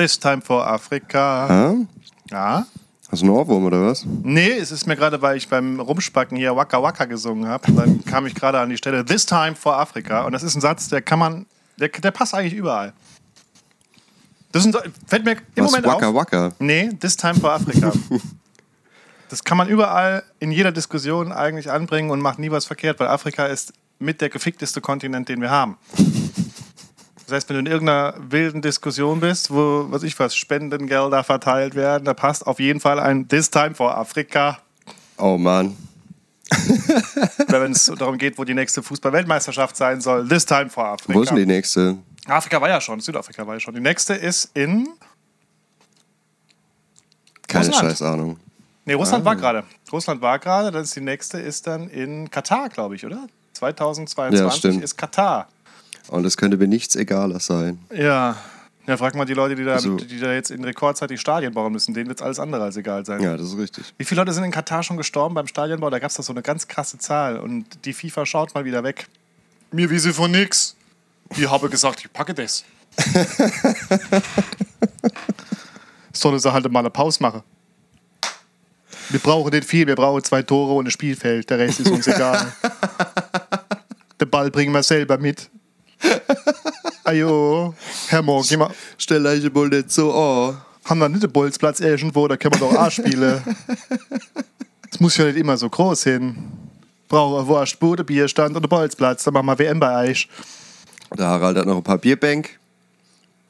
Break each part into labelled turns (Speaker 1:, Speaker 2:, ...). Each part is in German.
Speaker 1: This time for Africa.
Speaker 2: Ah?
Speaker 1: Ja.
Speaker 2: Hast du einen Ohrwurm oder was?
Speaker 1: Nee, es ist mir gerade, weil ich beim Rumspacken hier Waka Waka gesungen habe. Dann kam ich gerade an die Stelle This time for Africa. Und das ist ein Satz, der kann man, der, der passt eigentlich überall. Das ist ein, fällt mir im
Speaker 2: was?
Speaker 1: Moment
Speaker 2: Waka
Speaker 1: auf.
Speaker 2: Waka.
Speaker 1: Nee, This Time for Africa. das kann man überall in jeder Diskussion eigentlich anbringen und macht nie was verkehrt, weil Afrika ist mit der gefickteste Kontinent, den wir haben. Das heißt, wenn du in irgendeiner wilden Diskussion bist, wo, was ich was, Spendengelder verteilt werden, da passt auf jeden Fall ein This Time for Africa,
Speaker 2: Oh Mann.
Speaker 1: wenn es darum geht, wo die nächste Fußball-Weltmeisterschaft sein soll. This Time for Africa.
Speaker 2: Wo ist denn die nächste?
Speaker 1: Afrika war ja schon, Südafrika war ja schon. Die nächste ist in.
Speaker 2: Keine
Speaker 1: Russland.
Speaker 2: scheiß Ahnung.
Speaker 1: Nee,
Speaker 2: Ah.
Speaker 1: Russland war gerade. Russland war gerade, dann ist die nächste ist dann in Katar, glaube ich, oder? 2022
Speaker 2: Ja, stimmt.
Speaker 1: ist Katar.
Speaker 2: Und es könnte mir nichts egaler sein.
Speaker 1: Ja. Ja, frag mal die Leute, die da,
Speaker 2: Also-
Speaker 1: die da jetzt in Rekordzeit die Stadien bauen müssen. Denen wird alles andere als egal sein.
Speaker 2: Ja, das ist richtig.
Speaker 1: Wie viele Leute sind in Katar schon gestorben beim Stadionbau? Da gab es da so eine ganz krasse Zahl. Und die FIFA schaut mal wieder weg. Mir wiese von nix. Ich habe gesagt, ich packe das. so, dass ich halt mal eine Pause mache. Wir brauchen nicht viel. Wir brauchen zwei Tore und ein Spielfeld. Der Rest ist uns egal. Den Ball bringen wir selber mit. Ajo, Herr Morgen, geh mal-
Speaker 2: Stell euch wohl nicht so an.
Speaker 1: haben wir nicht den Bolzplatz irgendwo, da können wir doch auch spielen. Es muss ja nicht immer so groß hin. Brauche eine Wurstbude, Bierstand und einen Bolzplatz, dann machen wir WM bei euch.
Speaker 2: Der Harald hat noch ein paar Bierbank.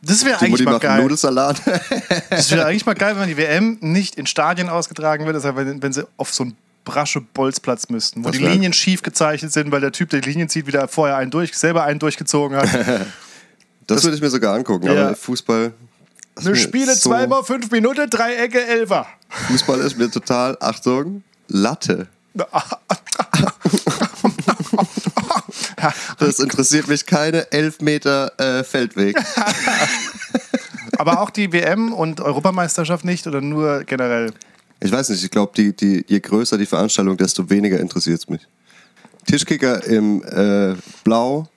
Speaker 1: Das wäre
Speaker 2: Die Mutti
Speaker 1: eigentlich mal
Speaker 2: macht einen
Speaker 1: geil.
Speaker 2: Nudelsalat.
Speaker 1: Das wäre eigentlich mal geil, wenn die WM nicht in Stadien ausgetragen wird, also wenn, wenn sie auf so einen brasche Bolzplatz müssten, wo
Speaker 2: Das
Speaker 1: die
Speaker 2: wär-
Speaker 1: Linien schief gezeichnet sind, weil der Typ, der die Linien zieht, wieder vorher einen durch, selber einen durchgezogen hat.
Speaker 2: Das würde ich mir sogar angucken.
Speaker 1: Ja.
Speaker 2: Aber Fußball. ist
Speaker 1: Eine
Speaker 2: mir
Speaker 1: Spiele
Speaker 2: so-
Speaker 1: zweimal fünf Minuten, Dreiecke, Elfer.
Speaker 2: Fußball ist mir total, Achtung, Latte. Das interessiert mich keine 11 Meter äh, Feldweg.
Speaker 1: Aber auch die WM und Europameisterschaft nicht oder nur generell?
Speaker 2: Ich weiß nicht, ich glaube, die, die, je größer die Veranstaltung, desto weniger interessiert es mich. Tischkicker im äh, Blau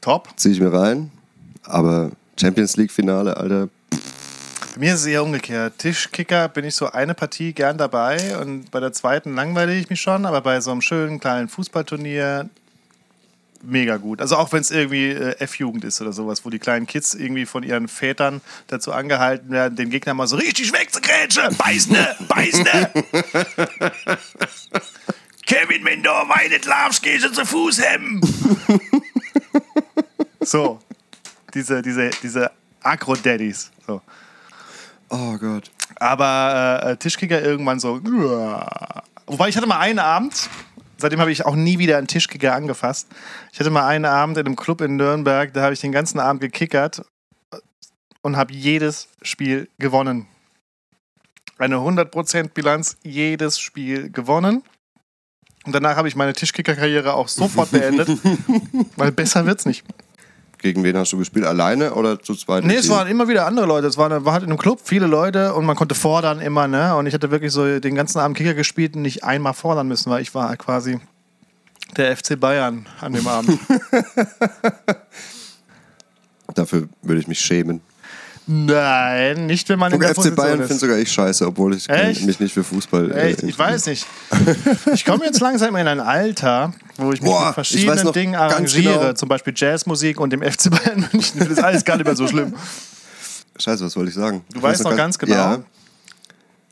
Speaker 1: Top.
Speaker 2: ziehe ich mir rein, aber Champions League Finale, Alter,
Speaker 1: Bei mir ist es eher umgekehrt. Tischkicker bin ich so eine Partie gern dabei und bei der zweiten langweile ich mich schon, aber bei so einem schönen kleinen Fußballturnier mega gut. Also auch wenn es irgendwie äh, F-Jugend ist oder sowas, wo die kleinen Kids irgendwie von ihren Vätern dazu angehalten werden, den Gegner mal so richtig wegzugrätschen. Beiß ne, beiß ne. Kevin, wenn du weinet laufst, gehst du zu Fuß hemmen. so, diese, diese, diese Agro-Daddies. So.
Speaker 2: oh Gott.
Speaker 1: Aber äh, äh, Tischkicker irgendwann so. uah. Wobei ich hatte mal einen Abend, seitdem habe ich auch nie wieder einen Tischkicker angefasst. Ich hatte mal einen Abend in einem Club in Nürnberg, da habe ich den ganzen Abend gekickert und habe jedes Spiel gewonnen. Eine 100% Bilanz, jedes Spiel gewonnen. Und danach habe ich meine Tischkicker-Karriere auch sofort beendet, weil besser wird's nicht.
Speaker 2: Gegen wen hast du gespielt? Alleine oder zu zweit? im
Speaker 1: Nee, es
Speaker 2: Team?
Speaker 1: waren immer wieder andere Leute. Es war, war halt in einem Club viele Leute und man konnte fordern immer, ne? Und ich hatte wirklich so den ganzen Abend Kicker gespielt und nicht einmal fordern müssen, weil ich war halt quasi der FC Bayern an dem Abend.
Speaker 2: Dafür würde ich mich schämen.
Speaker 1: Nein, nicht wenn man in
Speaker 2: Und
Speaker 1: der
Speaker 2: FC
Speaker 1: Position
Speaker 2: Bayern
Speaker 1: ist.
Speaker 2: finde sogar ich scheiße, obwohl ich kann
Speaker 1: Echt?
Speaker 2: mich nicht für Fußball. äh,
Speaker 1: Echt, ich weiß nicht. Ich komme jetzt langsam in ein Alter, wo ich mich
Speaker 2: Boah,
Speaker 1: mit
Speaker 2: ich
Speaker 1: verschiedenen
Speaker 2: weiß noch
Speaker 1: Dingen
Speaker 2: ganz
Speaker 1: arrangiere.
Speaker 2: genau.
Speaker 1: Zum Beispiel Jazzmusik und dem FC Bayern München. Das ist alles gar nicht mehr so schlimm.
Speaker 2: Scheiße, was wollte ich sagen? Du
Speaker 1: weißt noch ganz genau.
Speaker 2: Ja.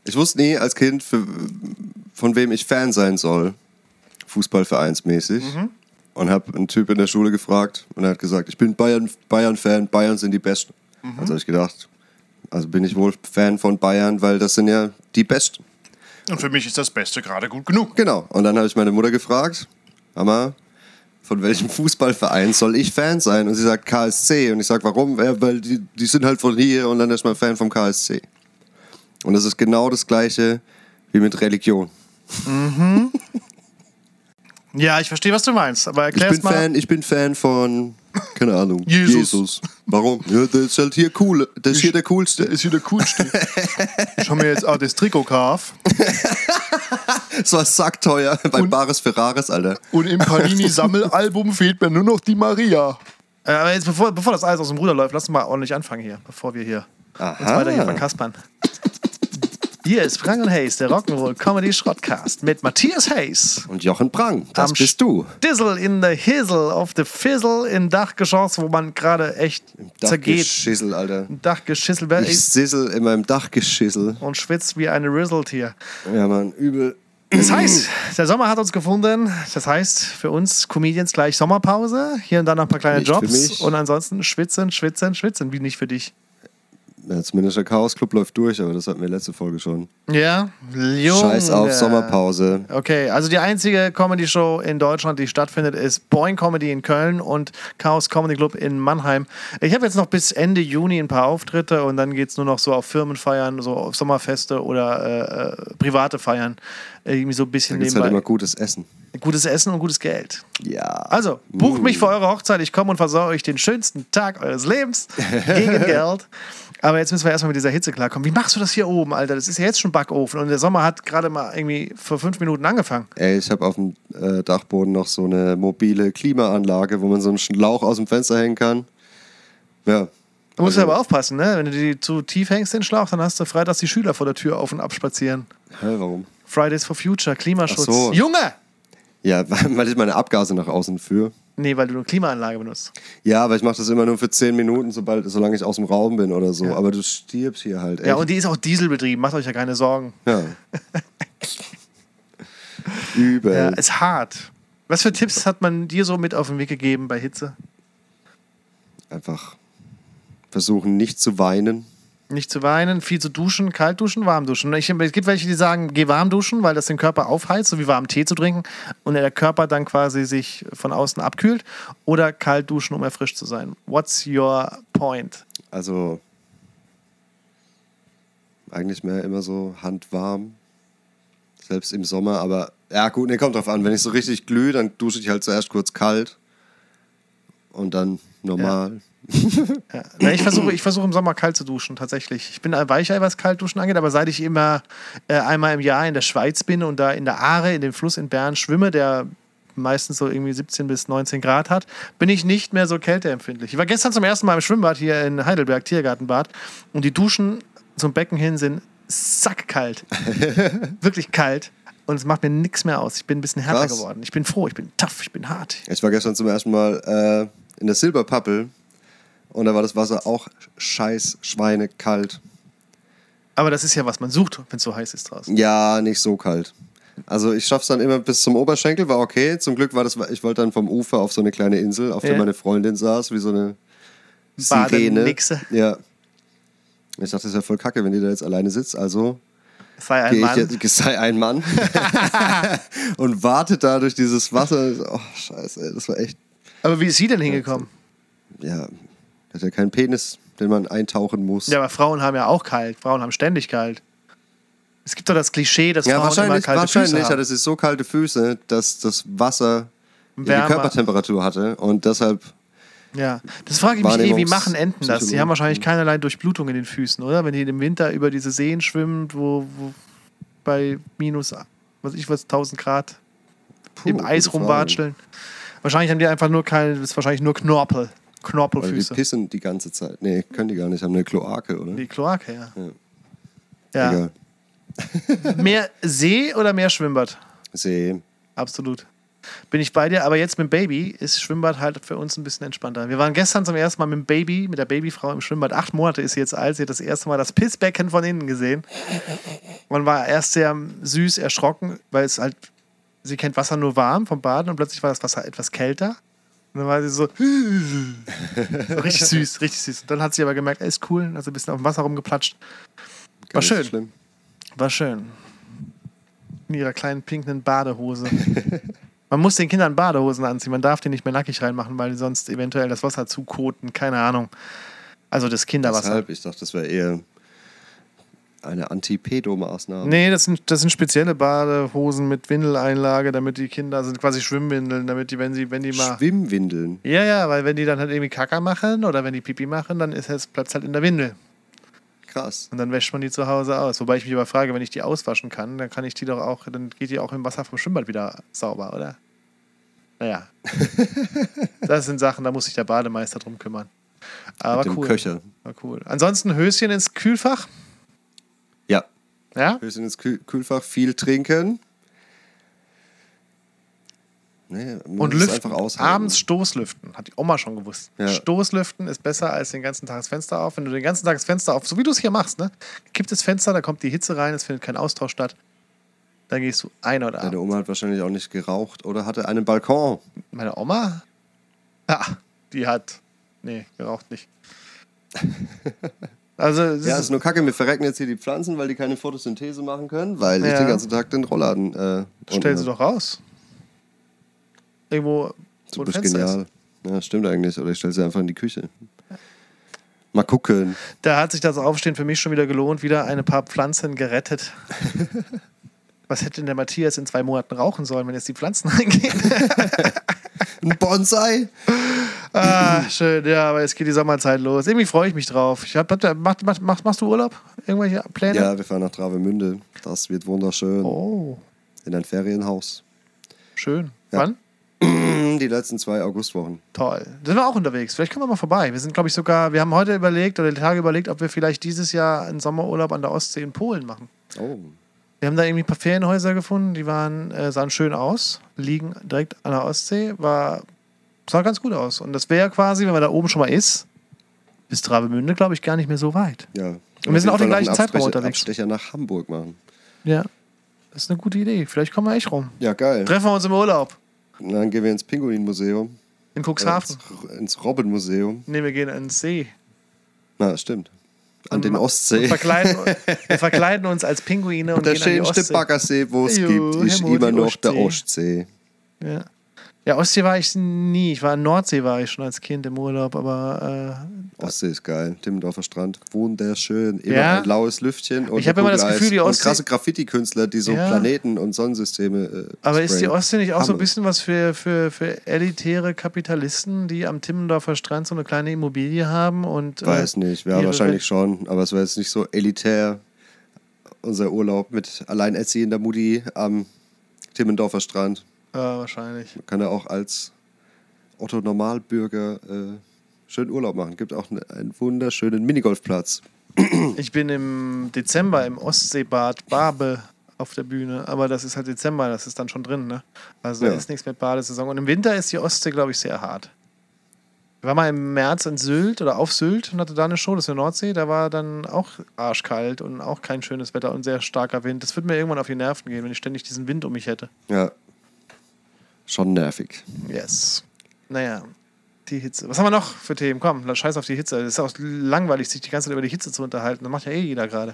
Speaker 2: Ich wusste nie als Kind, für, von wem ich Fan sein soll, Fußballvereinsmäßig.
Speaker 1: Mhm.
Speaker 2: Und habe einen Typ in der Schule gefragt und er hat gesagt, ich bin Bayern- Bayern-Fan, Bayern, sind die Besten.
Speaker 1: Mhm.
Speaker 2: Also habe ich gedacht, also bin ich wohl Fan von Bayern, weil das sind ja die Besten.
Speaker 1: Und für mich ist das Beste gerade gut genug.
Speaker 2: Genau. Und dann habe ich meine Mutter gefragt, Mama, von welchem Fußballverein soll ich Fan sein? Und sie sagt KSC. Und ich sage, warum? Ja, weil die, die sind halt von hier und dann ist man Fan vom KSC. Und das ist genau das Gleiche wie mit Religion.
Speaker 1: Ja, ich verstehe, was du meinst, aber
Speaker 2: Ich
Speaker 1: erklär's
Speaker 2: bin,
Speaker 1: mal.
Speaker 2: Fan, ich bin Fan von, keine Ahnung,
Speaker 1: Jesus.
Speaker 2: Jesus. Warum? Ja, das ist halt hier cool. Das ist hier der coolste.
Speaker 1: ist wieder cool. ich habe mir jetzt auch das Trikot gekauft
Speaker 2: Das war sackteuer bei Bares Ferraris, Alter.
Speaker 1: und im Panini-Sammelalbum fehlt mir nur noch die Maria. Äh, Aber jetzt, bevor, bevor das alles aus dem Ruder läuft, lass uns mal ordentlich anfangen hier, bevor wir hier Aha. Und
Speaker 2: Aha.
Speaker 1: weiter hier verkaspern. Hier ist Frangel Hayes, der Rock'n'Roll Comedy Schrottcast mit Matthias Hayes.
Speaker 2: Und Jochen Prang, das
Speaker 1: Am
Speaker 2: bist du.
Speaker 1: Dizzle in the Hizzle auf the Fizzle im Dachgeschoss, wo man gerade echt zergeht.
Speaker 2: Dachgeschissel, Alter.
Speaker 1: Dachgeschissel wer-
Speaker 2: Ich sissel in meinem Dachgeschissel.
Speaker 1: und schwitzt wie eine Rizzletier.
Speaker 2: Ja, Mann, übel.
Speaker 1: Das heißt, der Sommer hat uns gefunden. Das heißt, für uns Comedians gleich Sommerpause. Hier und da noch ein paar kleine
Speaker 2: Nicht für
Speaker 1: Jobs.
Speaker 2: mich.
Speaker 1: Und ansonsten schwitzen, schwitzen, schwitzen. Wie nicht für dich.
Speaker 2: Ja, zumindest der Chaos-Club läuft durch, aber das hatten wir letzte Folge schon.
Speaker 1: Ja, Junge.
Speaker 2: Scheiß auf Sommerpause.
Speaker 1: Okay, also die einzige Comedy-Show in Deutschland, die stattfindet, ist Boing Comedy in Köln und Chaos Comedy Club in Mannheim. Ich habe jetzt noch bis Ende Juni ein paar Auftritte und dann geht es nur noch so auf Firmenfeiern, so auf Sommerfeste oder äh, äh, private Feiern. Irgendwie so ein bisschen
Speaker 2: Da gibt's halt
Speaker 1: nebenbei.
Speaker 2: immer gutes Essen.
Speaker 1: gutes Essen und gutes Geld.
Speaker 2: Ja. Mm.
Speaker 1: Also, bucht mich für eure Hochzeit. Ich komme und versorge euch den schönsten Tag eures Lebens gegen Geld. Aber jetzt müssen wir erstmal mit dieser Hitze klarkommen. Wie machst du das hier oben, Alter? Das ist ja jetzt schon Backofen und der Sommer hat gerade mal irgendwie vor fünf Minuten angefangen.
Speaker 2: Ey, ich habe auf dem äh, Dachboden noch so eine mobile Klimaanlage, wo man so einen Schlauch aus dem Fenster hängen kann. Ja.
Speaker 1: Da musst du
Speaker 2: Also-
Speaker 1: aber aufpassen, ne? Wenn du die zu tief hängst, den Schlauch, dann hast du freitags die Schüler vor der Tür auf und abspazieren.
Speaker 2: Hä, warum?
Speaker 1: Fridays for Future, Klimaschutz.
Speaker 2: Ach so.
Speaker 1: Junge!
Speaker 2: Ja, weil weil ich meine Abgase nach außen führe.
Speaker 1: Nee, weil du eine Klimaanlage benutzt.
Speaker 2: Ja, aber ich mache das immer nur für 10 Minuten, sobald, solange ich aus dem Raum bin oder so. Aber du stirbst hier halt, echt.
Speaker 1: Ja, und die ist auch dieselbetrieben, macht euch ja keine Sorgen.
Speaker 2: Ja. Übel.
Speaker 1: Ja, ist hart. Was für Tipps hat man dir so mit auf den Weg gegeben bei Hitze?
Speaker 2: Einfach versuchen, nicht zu weinen.
Speaker 1: Nicht zu weinen, viel zu duschen, kalt duschen, warm duschen. Ich, es gibt welche, die sagen, geh warm duschen, weil das den Körper aufheizt, so wie warmen Tee zu trinken und der Körper dann quasi sich von außen abkühlt. Oder kalt duschen, um erfrischt zu sein. What's your point?
Speaker 2: Also eigentlich mehr immer so handwarm. Selbst im Sommer, aber ja gut, ne, kommt drauf an. Wenn ich so richtig glühe, dann dusche ich halt zuerst kurz kalt und dann normal.
Speaker 1: Ja. Na, Ich versuche ich versuche im Sommer kalt zu duschen, tatsächlich. Ich bin ein Weichei, was kalt duschen angeht, aber seit ich immer äh, einmal im Jahr in der Schweiz bin und da in der Aare, in dem Fluss in Bern schwimme, der meistens so irgendwie 17 bis 19 Grad hat, bin ich nicht mehr so kälteempfindlich. Ich war gestern zum ersten Mal im Schwimmbad hier in Heidelberg, Tiergartenbad, und die Duschen zum Becken hin sind sackkalt. Wirklich kalt. Und es macht mir nichts mehr aus. Ich bin ein bisschen härter
Speaker 2: Krass.
Speaker 1: geworden. Ich bin froh, ich bin tough, ich bin hart.
Speaker 2: Ich war gestern zum ersten Mal äh, in der Silberpappel und da war das Wasser auch scheiß Schweine kalt.
Speaker 1: Aber das ist ja, was man sucht, wenn es so heiß ist draußen.
Speaker 2: Ja, nicht so kalt. Also ich schaff's dann immer bis zum Oberschenkel, war okay. Zum Glück war das, ich wollte dann vom Ufer auf so eine kleine Insel, auf
Speaker 1: Ja.
Speaker 2: der meine Freundin saß, wie so eine Sirene.
Speaker 1: Badenixe.
Speaker 2: Ja. Ich dachte, das ist ja voll kacke, wenn die da jetzt alleine sitzt. Also
Speaker 1: Sei ein
Speaker 2: gehe ich
Speaker 1: Mann.
Speaker 2: jetzt, sei ein Mann und warte da durch dieses Wasser. Oh, scheiße, ey, das war echt,
Speaker 1: Aber wie ist sie denn hingekommen?
Speaker 2: ja, hat ja keinen Penis, den man eintauchen muss.
Speaker 1: Ja, aber Frauen haben ja auch kalt. Frauen haben ständig kalt. Es gibt doch das Klischee, dass
Speaker 2: Ja,
Speaker 1: Frauen immer
Speaker 2: wahrscheinlich,
Speaker 1: kalte
Speaker 2: wahrscheinlich
Speaker 1: Füße
Speaker 2: hatte
Speaker 1: haben.
Speaker 2: sie so kalte Füße, dass das Wasser
Speaker 1: Wärmer.
Speaker 2: ihre Körpertemperatur hatte und deshalb
Speaker 1: Ja. Das frage ich mich eh, wie
Speaker 2: Wahrnehmungs-
Speaker 1: machen Enten das? Die
Speaker 2: Psychologen.
Speaker 1: haben wahrscheinlich keinerlei Durchblutung in den Füßen, oder? Wenn die im Winter über diese Seen schwimmen, wo, wo bei minus, was ich was, 1000 Grad
Speaker 2: Puh,
Speaker 1: im Eis
Speaker 2: gute Frage.
Speaker 1: rumwatscheln. Wahrscheinlich haben die einfach nur keine, das ist wahrscheinlich nur Knorpel.
Speaker 2: Weil die
Speaker 1: Knorpelfüße. Die,
Speaker 2: pissen die ganze Zeit. Nee, können die gar nicht, haben eine Kloake, oder?
Speaker 1: Kloake, ja. Ja.
Speaker 2: Ja. Egal.
Speaker 1: Mehr See oder mehr Schwimmbad?
Speaker 2: See.
Speaker 1: Absolut. Bin ich bei dir, aber jetzt mit dem Baby ist Schwimmbad halt für uns ein bisschen entspannter. Wir waren gestern zum ersten Mal mit dem Baby, mit der Babyfrau im Schwimmbad. Acht Monate ist sie jetzt alt. Sie hat das erste Mal das Pissbecken von innen gesehen. Man war erst sehr süß erschrocken, weil es halt, sie kennt Wasser nur warm vom Baden und plötzlich war das Wasser etwas kälter. Und dann war sie so, so richtig süß, richtig süß. Und dann hat sie aber gemerkt, ey, ist cool, und hat sie ein bisschen auf dem Wasser rumgeplatscht.
Speaker 2: Gar nicht so
Speaker 1: schön.
Speaker 2: Schlimm.
Speaker 1: War schön. In ihrer kleinen pinken Badehose. Man muss den Kindern Badehosen anziehen. Man darf die nicht mehr nackig reinmachen, weil die sonst eventuell das Wasser zukoten. Keine Ahnung. Also das Kinderwasser.
Speaker 2: Deshalb, ich dachte, das wäre eher eine Antipedo-Maßnahme.
Speaker 1: Nee, das sind, das sind spezielle Badehosen mit Windeleinlage, damit die Kinder, also quasi Schwimmwindeln, damit die, wenn sie, wenn die mal.
Speaker 2: Schwimmwindeln.
Speaker 1: Ja, ja, weil wenn die dann halt irgendwie Kacker machen oder wenn die Pipi machen, dann ist es, bleibt es halt in der Windel.
Speaker 2: Krass.
Speaker 1: Und dann wäscht man die zu Hause aus. Wobei ich mich aber frage, wenn ich die auswaschen kann, dann kann ich die doch auch, dann geht die auch im Wasser vom Schwimmbad wieder sauber, oder? Naja. das sind Sachen, da muss sich der Bademeister drum kümmern. Aber
Speaker 2: Mit dem
Speaker 1: cool.
Speaker 2: Köcher.
Speaker 1: War cool. Ansonsten Höschen ins Kühlfach.
Speaker 2: Ja.
Speaker 1: Ja?
Speaker 2: Höschen ins Kühl Kühlfach, viel trinken. Nee, man
Speaker 1: Und
Speaker 2: muss es
Speaker 1: lüften.
Speaker 2: Einfach aushalten.
Speaker 1: Abends Stoßlüften. Hat die Oma schon gewusst.
Speaker 2: Ja.
Speaker 1: Stoßlüften ist besser als den ganzen Tag das Fenster auf. Wenn du den ganzen Tag das Fenster auf, so wie du es hier machst, ne? Kippt das Fenster, da kommt die Hitze rein, es findet kein Austausch statt. Dann gehst du ein oder
Speaker 2: Deine
Speaker 1: ab.
Speaker 2: Oma hat wahrscheinlich auch nicht geraucht oder hatte einen Balkon.
Speaker 1: Meine Oma? Ja, die hat. Nee, geraucht nicht. Also, es
Speaker 2: Ja,
Speaker 1: ist-
Speaker 2: ist nur kacke. Mir verrecken jetzt hier die Pflanzen, weil die keine Photosynthese machen können, weil ich
Speaker 1: Ja.
Speaker 2: den ganzen Tag den Rollladen. Äh, unten
Speaker 1: stell sie
Speaker 2: hab.
Speaker 1: doch raus. Irgendwo,
Speaker 2: Du
Speaker 1: wo ein
Speaker 2: bist
Speaker 1: Fenster ist.
Speaker 2: genial. Ja, stimmt eigentlich. Oder ich stelle sie einfach in die Küche. Mal gucken.
Speaker 1: Da hat sich das Aufstehen für mich schon wieder gelohnt. Wieder ein paar Pflanzen gerettet. Was hätte denn der Matthias in zwei Monaten rauchen sollen, wenn jetzt die Pflanzen reingehen?
Speaker 2: Ein Bonsai?
Speaker 1: ah, schön. Ja, aber jetzt geht die Sommerzeit los. Irgendwie freue ich mich drauf. Ich hab, hab, mach, mach, mach, machst du Urlaub? Irgendwelche Pläne?
Speaker 2: Ja, wir fahren nach Travemünde. Das wird wunderschön.
Speaker 1: Oh,
Speaker 2: In ein Ferienhaus.
Speaker 1: schön.
Speaker 2: Ja.
Speaker 1: Wann?
Speaker 2: Die letzten zwei Augustwochen.
Speaker 1: Toll. Da sind wir auch unterwegs. Vielleicht kommen wir mal vorbei. Wir sind, glaube ich, sogar, wir haben heute überlegt oder die Tage überlegt, ob wir vielleicht dieses Jahr einen Sommerurlaub an der Ostsee in Polen machen.
Speaker 2: Oh.
Speaker 1: Wir haben da irgendwie ein paar Ferienhäuser gefunden, die waren, äh, sahen schön aus, liegen direkt an der Ostsee, war, sah ganz gut aus. Und das wäre quasi, wenn man da oben schon mal ist, bis Travemünde, glaube ich, gar nicht mehr so weit.
Speaker 2: Ja.
Speaker 1: Und wir sind auch den gleichen Zeitraum
Speaker 2: Zeitpunkt
Speaker 1: unterwegs.
Speaker 2: Abstecher nach Hamburg machen.
Speaker 1: Ja. Das ist eine gute Idee. Vielleicht kommen wir echt rum.
Speaker 2: Ja, geil.
Speaker 1: Treffen wir uns im Urlaub
Speaker 2: Und dann gehen wir ins Pinguinmuseum.
Speaker 1: in
Speaker 2: Äh,
Speaker 1: Cuxhaven.
Speaker 2: Ins, ins Robbenmuseum.
Speaker 1: Nee, wir gehen ins See.
Speaker 2: Na, das stimmt. An den
Speaker 1: ma-
Speaker 2: Ostsee.
Speaker 1: Verkleiden, wir verkleiden uns als Pinguine und
Speaker 2: Der
Speaker 1: gehen an die
Speaker 2: schönste
Speaker 1: Ostsee.
Speaker 2: Baggersee, wo es
Speaker 1: Jo,
Speaker 2: gibt, ist
Speaker 1: Hemmo, die
Speaker 2: immer noch der
Speaker 1: Ostsee.
Speaker 2: Ostsee.
Speaker 1: Ja. ja, Ostsee war ich nie. Ich war in Nordsee, war ich schon als Kind im Urlaub, aber äh,
Speaker 2: Ostsee ist geil. Timmendorfer Strand. Wunderschön. Immer
Speaker 1: Ja.
Speaker 2: ein laues Lüftchen. Und
Speaker 1: Ich hab
Speaker 2: eine
Speaker 1: immer das
Speaker 2: Kugel Eis.
Speaker 1: Gefühl, die
Speaker 2: Und
Speaker 1: Ostsee-
Speaker 2: krasse Graffiti-Künstler, die so
Speaker 1: Ja.
Speaker 2: Planeten und Sonnensysteme. Äh,
Speaker 1: Aber ist die
Speaker 2: sprayen.
Speaker 1: Ostsee nicht auch so ein
Speaker 2: Hammer.
Speaker 1: bisschen was für, für, für elitäre Kapitalisten, die am Timmendorfer Strand so eine kleine Immobilie haben und. äh,
Speaker 2: Weiß nicht. Ja,
Speaker 1: ihre-
Speaker 2: wahrscheinlich schon. Aber es war jetzt nicht so elitär. Unser Urlaub mit alleinerziehender Mutti am Timmendorfer Strand.
Speaker 1: Ja, wahrscheinlich.
Speaker 2: kann er auch als Otto Normalbürger äh, schön Urlaub machen. Gibt auch ne, einen wunderschönen Minigolfplatz.
Speaker 1: Ich bin im Dezember im Ostseebad Barbe auf der Bühne, aber das ist halt Dezember, das ist dann schon drin, ne? Also da
Speaker 2: Ja.
Speaker 1: ist nichts mit Badesaison. Und im Winter ist die Ostsee, glaube ich, sehr hart. Ich war mal im März in Sylt oder auf Sylt und hatte da eine Show, das ist in der Nordsee, da war dann auch arschkalt und auch kein schönes Wetter und sehr starker Wind. Das wird mir irgendwann auf die Nerven gehen, wenn ich ständig diesen Wind um mich hätte.
Speaker 2: Ja. Schon nervig.
Speaker 1: Yes. Naja, die Hitze. Was haben wir noch für Themen? Komm, dann scheiß auf die Hitze. Es ist auch langweilig, sich die ganze Zeit über die Hitze zu unterhalten. Das macht ja eh jeder gerade.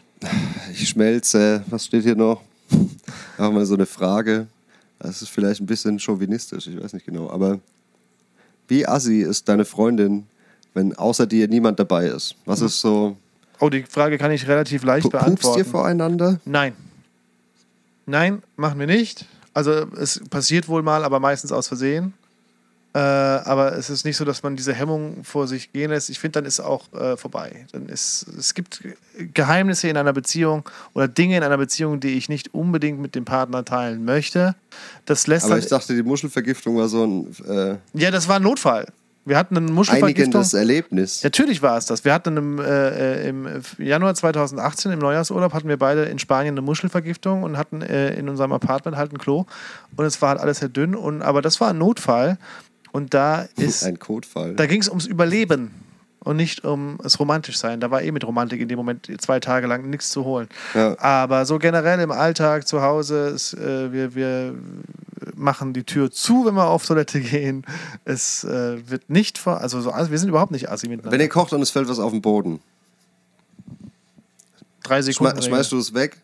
Speaker 2: Ich schmelze. Was steht hier noch? Machen wir so eine Frage. Das ist vielleicht ein bisschen chauvinistisch, ich weiß nicht genau. Aber wie assi ist deine Freundin, wenn außer dir niemand dabei ist? Was ist so?
Speaker 1: Oh, die Frage kann ich relativ leicht
Speaker 2: Pu- Pupst ihr
Speaker 1: Mhm. beantworten.
Speaker 2: voreinander?
Speaker 1: Nein. Nein, machen wir nicht. Also es passiert wohl mal, aber meistens aus Versehen. Äh, aber es ist nicht so, dass man diese Hemmung vor sich gehen lässt. Ich finde, dann ist auch äh, vorbei. Dann ist, es gibt Geheimnisse in einer Beziehung oder Dinge in einer Beziehung, die ich nicht unbedingt mit dem Partner teilen möchte. Das lässt
Speaker 2: Aber
Speaker 1: dann
Speaker 2: ich dachte, die Muschelvergiftung war so ein äh,
Speaker 1: Ja, das war ein Notfall. Wir hatten eine Muschelvergiftung.
Speaker 2: einigendes Erlebnis.
Speaker 1: Natürlich war es das. Wir hatten im, äh, äh, im Januar 2018, im Neujahrsurlaub, hatten wir beide in Spanien eine Muschelvergiftung und hatten äh, in unserem Apartment halt ein Klo. Und es war halt alles sehr dünn. Und, aber das war ein Notfall. Und da ist
Speaker 2: Ein Kotfall.
Speaker 1: da ging es ums Überleben und nicht um das romantisch sein. Da war eh mit Romantik in dem Moment zwei Tage lang nichts zu holen.
Speaker 2: Ja.
Speaker 1: Aber so generell im Alltag, zu Hause, ist, äh, wir, wir machen die Tür zu, wenn wir auf Toilette gehen. Es äh, wird nicht vor, also so, wir sind überhaupt nicht assi miteinander.
Speaker 2: Wenn ihr kocht und es fällt was auf den Boden,
Speaker 1: Drei
Speaker 2: schme
Speaker 1: Sekunden.
Speaker 2: schmeißt du es weg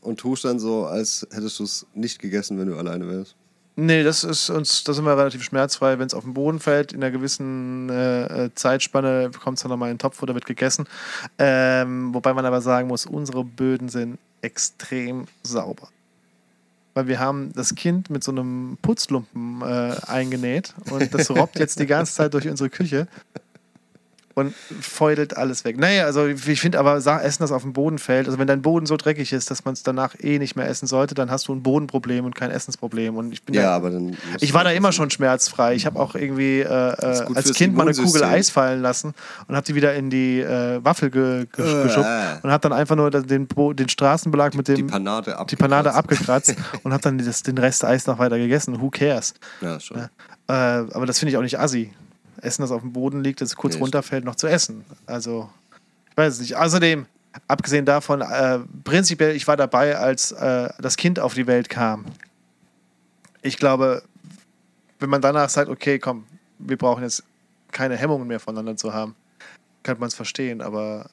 Speaker 2: und tust dann so, als hättest du es nicht gegessen, wenn du alleine wärst.
Speaker 1: Nee, das ist uns, da sind wir relativ schmerzfrei. Wenn es auf den Boden fällt, in einer gewissen äh, äh, Zeitspanne kommt es dann nochmal in den Topf oder wird gegessen. Ähm, wobei man aber sagen muss, unsere Böden sind extrem sauber. Weil wir haben das Kind mit so einem Putzlumpen äh, eingenäht und das robbt jetzt die ganze Zeit durch unsere Küche. und feudelt alles weg. Naja, also ich finde aber, sa- Essen, das auf dem Boden fällt, also wenn dein Boden so dreckig ist, dass man es danach eh nicht mehr essen sollte, dann hast du ein Bodenproblem und kein Essensproblem. Und ich bin
Speaker 2: Ja,
Speaker 1: da,
Speaker 2: aber dann. musst
Speaker 1: ich war
Speaker 2: du-
Speaker 1: da immer schon schmerzfrei. Ich habe auch irgendwie äh, äh,
Speaker 2: gut
Speaker 1: als
Speaker 2: fürs
Speaker 1: Kind mal eine
Speaker 2: Immunsystem.
Speaker 1: Kugel Eis fallen lassen und habe die wieder in die äh, Waffel ge ge
Speaker 2: Äh.
Speaker 1: geschubbt und habe dann einfach nur den, Bo- den Straßenbelag mit dem
Speaker 2: Die Panade ab.
Speaker 1: die Panade abgekratzt und habe dann das, den Rest Eis noch weiter gegessen. Who cares?
Speaker 2: Ja, schon.
Speaker 1: Äh, aber das finde ich auch nicht assi. Essen, das auf dem Boden liegt, das kurz
Speaker 2: Nee,
Speaker 1: runterfällt, noch zu essen. Also, ich weiß es nicht. Außerdem, abgesehen davon, äh, prinzipiell, ich war dabei, als äh, das Kind auf die Welt kam. Ich glaube, wenn man danach sagt, okay, komm, wir brauchen jetzt keine Hemmungen mehr voneinander zu haben, kann man es verstehen, aber.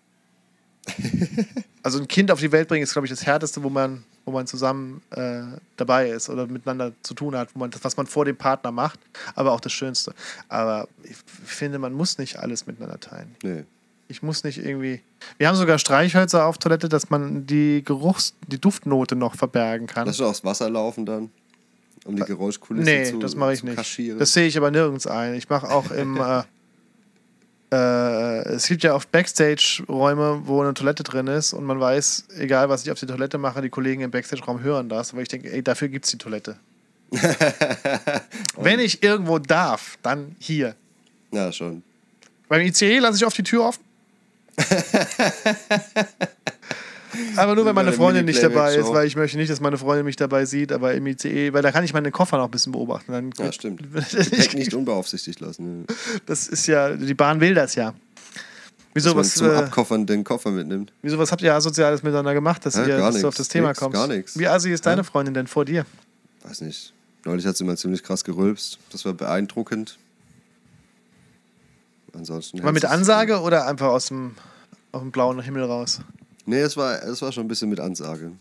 Speaker 1: also, ein Kind auf die Welt bringen ist, glaube ich, das Härteste, wo man, wo man zusammen äh, dabei ist oder miteinander zu tun hat, wo man, das, was man vor dem Partner macht, aber auch das Schönste. Aber ich finde, man muss nicht alles miteinander teilen.
Speaker 2: Nee.
Speaker 1: Ich muss nicht irgendwie. Wir haben sogar Streichhölzer auf Toilette, dass man die Geruchs-, die Duftnote noch verbergen kann.
Speaker 2: Lass du aufs Wasser laufen dann, um die Geräuschkulisse
Speaker 1: nee,
Speaker 2: zu
Speaker 1: das mache ich
Speaker 2: zu
Speaker 1: nicht.
Speaker 2: Kaschieren.
Speaker 1: Das sehe ich aber nirgends ein. Ich mache auch im. äh, äh, es gibt ja oft Backstage-Räume, wo eine Toilette drin ist und man weiß, egal was ich auf die Toilette mache, die Kollegen im Backstage-Raum hören das. Aber ich denke, ey, dafür gibt es die Toilette. Wenn ich irgendwo darf, dann hier.
Speaker 2: ja, schon.
Speaker 1: Beim ICE lasse ich oft die Tür offen. aber nur, wenn meine
Speaker 2: Eine
Speaker 1: Freundin nicht dabei
Speaker 2: Mini-Playback-Show.
Speaker 1: ist, weil ich möchte nicht, dass meine Freundin mich dabei sieht, aber im ICE, weil da kann ich meinen Koffer noch ein bisschen beobachten. Dann
Speaker 2: Ja, stimmt. Gepäck nicht unbeaufsichtigt lassen. Ne?
Speaker 1: das ist ja, die Bahn will das ja. Wieso
Speaker 2: Dass man
Speaker 1: was,
Speaker 2: zum
Speaker 1: äh,
Speaker 2: Abkoffern den Koffer mitnimmt.
Speaker 1: wieso, was habt ihr Asoziales miteinander gemacht, dass,
Speaker 2: Ja,
Speaker 1: ihr,
Speaker 2: gar
Speaker 1: dass du
Speaker 2: nix,
Speaker 1: auf das Thema
Speaker 2: nix,
Speaker 1: kommst?
Speaker 2: gar nix.
Speaker 1: Wie assi ist deine Freundin denn vor dir?
Speaker 2: Weiß nicht. Neulich hat sie mal ziemlich krass gerülpst. Das war beeindruckend. Ansonsten.
Speaker 1: Mal mit
Speaker 2: hätte sie-
Speaker 1: Ansage oder einfach aus dem, aus dem blauen Himmel raus?
Speaker 2: Nee, es war, es war schon ein bisschen mit Ansage.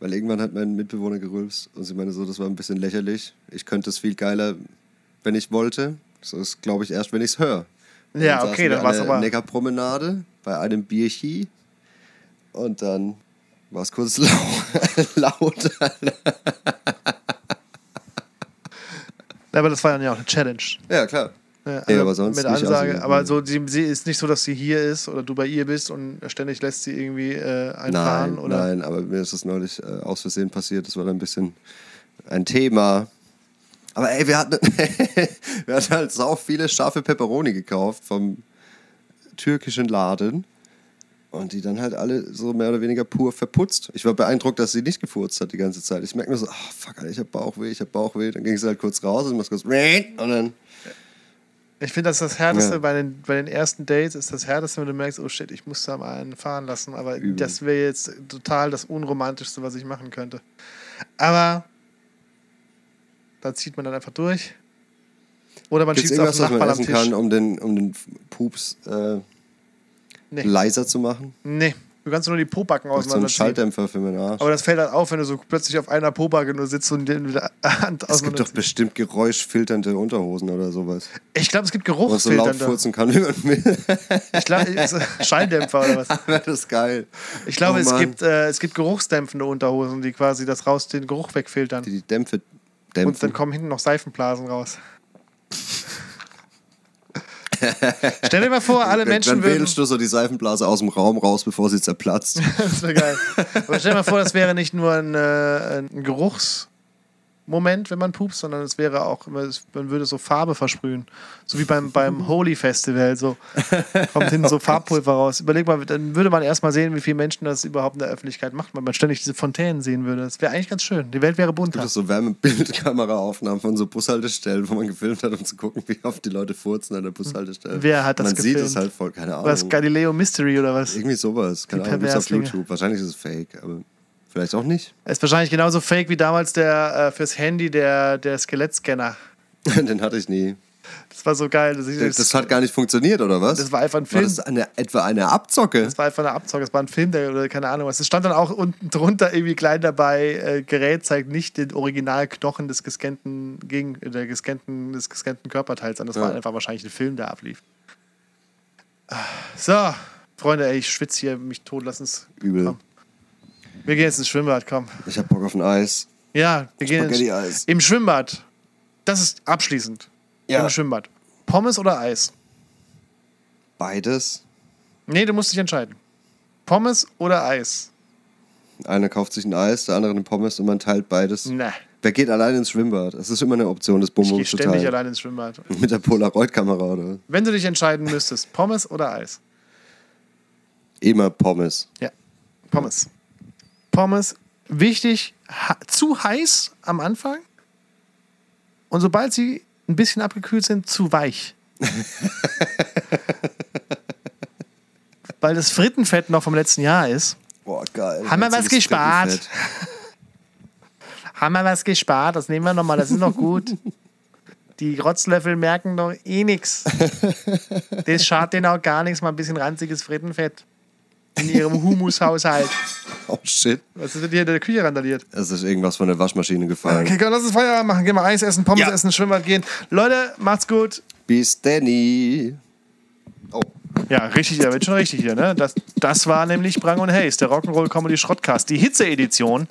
Speaker 2: Weil irgendwann hat mein Mitbewohner gerülpst und sie meinte so, das war ein bisschen lächerlich. Ich könnte es viel geiler, wenn ich wollte. Das ist, glaube ich, erst, wenn ich es höre. Und
Speaker 1: Ja,
Speaker 2: saßen
Speaker 1: okay,
Speaker 2: wir
Speaker 1: dann
Speaker 2: an
Speaker 1: war's
Speaker 2: der
Speaker 1: aber-
Speaker 2: Neckarpromenade bei einem Bierchi und dann war es kurz lau laut.
Speaker 1: Aber das war dann ja auch eine Challenge.
Speaker 2: ja, klar.
Speaker 1: Ja,
Speaker 2: Nee,
Speaker 1: also
Speaker 2: aber sonst
Speaker 1: mit
Speaker 2: nicht
Speaker 1: Ansage.
Speaker 2: außer-
Speaker 1: aber so, sie, sie ist nicht so, dass sie hier ist oder du bei ihr bist und ständig lässt sie irgendwie äh, einfahren
Speaker 2: Nein,
Speaker 1: oder.
Speaker 2: nein, aber mir ist das neulich äh, aus Versehen passiert. Das war dann ein bisschen ein Thema. Aber ey, wir hatten, wir hatten halt sau viele scharfe Peperoni gekauft vom türkischen Laden. Und die dann halt alle so mehr oder weniger pur verputzt. Ich war beeindruckt, dass sie nicht gefurzt hat die ganze Zeit. Ich merke nur so, ah, fuck, Alter, ich hab Bauchweh, ich hab Bauchweh. Dann ging sie halt kurz raus und machst kurz und dann,
Speaker 1: Ich finde, das ist das Härteste
Speaker 2: Ja.
Speaker 1: bei, den, bei den ersten Dates, ist das Härteste, wenn du merkst, oh shit, ich muss da mal einen fahren lassen. Aber das wäre jetzt total das Unromantischste, was ich machen könnte. Aber da zieht man dann einfach durch. Oder man
Speaker 2: gibt's
Speaker 1: schiebt es auf den
Speaker 2: irgendwas, was man
Speaker 1: Nachbarn am
Speaker 2: essen
Speaker 1: Tisch.
Speaker 2: kann, um den, um den Pups äh,
Speaker 1: Nee.
Speaker 2: leiser zu machen?
Speaker 1: Nee, du kannst nur die Pobacken
Speaker 2: Mach so einen
Speaker 1: auseinanderziehen.
Speaker 2: Schalldämpfer für meinen Arsch.
Speaker 1: aber das fällt halt auf, wenn du so plötzlich auf einer Pobacke nur sitzt und dir mit der Hand
Speaker 2: Es gibt
Speaker 1: auseinander.
Speaker 2: doch bestimmt geräuschfilternde Unterhosen oder sowas.
Speaker 1: Ich glaube, es gibt
Speaker 2: Wo es so laut
Speaker 1: Geruchsfilternde.
Speaker 2: furzen kann, wie man will.
Speaker 1: Ich glaube, Schalldämpfer oder was.
Speaker 2: Wäre das geil.
Speaker 1: Ich glaube,
Speaker 2: Oh
Speaker 1: es,
Speaker 2: Mann.
Speaker 1: gibt, äh, es gibt geruchsdämpfende Unterhosen, die quasi das raus, den Geruch wegfiltern.
Speaker 2: Die Dämpfe
Speaker 1: Und dann
Speaker 2: dämpfen.
Speaker 1: kommen hinten noch Seifenblasen raus. Stell dir mal vor, alle Menschen
Speaker 2: dann
Speaker 1: würden.
Speaker 2: wedelst du so die Seifenblase aus dem Raum raus, bevor sie zerplatzt.
Speaker 1: das wäre geil. Aber stell dir mal vor, das wäre nicht nur ein, äh, ein Geruchsmoment, wenn man pupst, sondern es wäre auch, man würde so Farbe versprühen. So wie beim, beim Holy Festival. So kommt hinten
Speaker 2: Oh
Speaker 1: so Farbpulver raus. Überleg mal, dann würde man erstmal sehen, wie viele Menschen das überhaupt in der Öffentlichkeit macht, wenn man ständig diese Fontänen sehen würde. Das wäre eigentlich ganz schön. Die Welt wäre bunter.
Speaker 2: Das ist so Wärmebildkameraaufnahmen von so Bushaltestellen, wo man gefilmt hat, um zu gucken, wie oft die Leute furzen an der Bushaltestelle.
Speaker 1: Wer hat das
Speaker 2: Man sieht
Speaker 1: gefilmt?
Speaker 2: es halt voll, keine Ahnung.
Speaker 1: Was, Galileo Mystery oder was?
Speaker 2: Irgendwie sowas. Keine
Speaker 1: Die
Speaker 2: Ahnung, gibt's auf
Speaker 1: Perverslinge.
Speaker 2: YouTube. Wahrscheinlich ist es fake, aber vielleicht auch nicht.
Speaker 1: Ist wahrscheinlich genauso fake wie damals der äh, fürs Handy der, der Skelettscanner.
Speaker 2: Den hatte ich nie.
Speaker 1: Das war so geil. Das,
Speaker 2: Das, das hat gar nicht funktioniert, oder was?
Speaker 1: Das war einfach ein
Speaker 2: War
Speaker 1: Film.
Speaker 2: das eine, etwa eine Abzocke?
Speaker 1: das war einfach eine Abzocke, das war ein Film, der, oder keine Ahnung was. Es stand dann auch unten drunter irgendwie klein dabei, äh, Gerät zeigt nicht den Originalknochen des gescannten, gegen, der gescannten, des gescannten Körperteils an. Das war
Speaker 2: Ja.
Speaker 1: einfach wahrscheinlich ein Film, der ablief. Ah, So, Freunde, ey, ich schwitze hier, mich tot, lass uns.
Speaker 2: Übel.
Speaker 1: Komm. Wir gehen jetzt ins Schwimmbad, komm.
Speaker 2: Ich hab Bock auf ein Eis.
Speaker 1: Ja, wir gehen ins,
Speaker 2: Spaghetti-Eis.
Speaker 1: im Schwimmbad. Das ist abschließend.
Speaker 2: Ja.
Speaker 1: Im Schwimmbad. Pommes oder Eis?
Speaker 2: Beides.
Speaker 1: Nee, du musst dich entscheiden. Pommes oder Eis?
Speaker 2: Einer kauft sich ein Eis, der andere eine Pommes und man teilt beides.
Speaker 1: Na,
Speaker 2: Wer geht allein ins Schwimmbad? Das ist immer eine Option,
Speaker 1: Mhm.
Speaker 2: das
Speaker 1: ich
Speaker 2: Bonbon
Speaker 1: gehe
Speaker 2: zu
Speaker 1: ständig
Speaker 2: teilen.
Speaker 1: allein ins Schwimmbad.
Speaker 2: Mit der Polaroid-Kamera oder
Speaker 1: Wenn du dich entscheiden müsstest, Pommes oder Eis?
Speaker 2: immer Pommes.
Speaker 1: Ja, Pommes. Pommes, wichtig, ha- zu heiß am Anfang und sobald sie ein bisschen abgekühlt sind, zu weich. Weil das Frittenfett noch vom letzten Jahr ist.
Speaker 2: Boah, geil.
Speaker 1: Haben wir was
Speaker 2: Einziges
Speaker 1: gespart?
Speaker 2: Frittenfett.
Speaker 1: Haben wir was gespart, das nehmen wir nochmal, das ist noch gut. Die Rotzlöffel merken doch eh nichts. Das schadet denen auch gar nichts, mal ein bisschen ranziges Frittenfett in ihrem Humushaushalt.
Speaker 2: Oh shit.
Speaker 1: Was ist denn hier in der Küche randaliert?
Speaker 2: Es ist irgendwas von der Waschmaschine gefallen.
Speaker 1: Okay, komm, lass uns Feierabend machen. Gehen wir Eis essen, Pommes
Speaker 2: Ja.
Speaker 1: essen, Schwimmbad gehen. Leute, macht's gut.
Speaker 2: Bis Danny. Oh.
Speaker 1: Ja, richtig, da wird schon richtig hier, ne? Das, das war nämlich Brang und Hayes, der Rock'n'Roll Comedy Schrottcast, die Hitze-Edition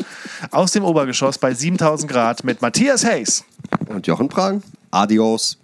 Speaker 1: aus dem Obergeschoss bei 7000 Grad mit Matthias Hayes.
Speaker 2: Und Jochen Prang. Adios.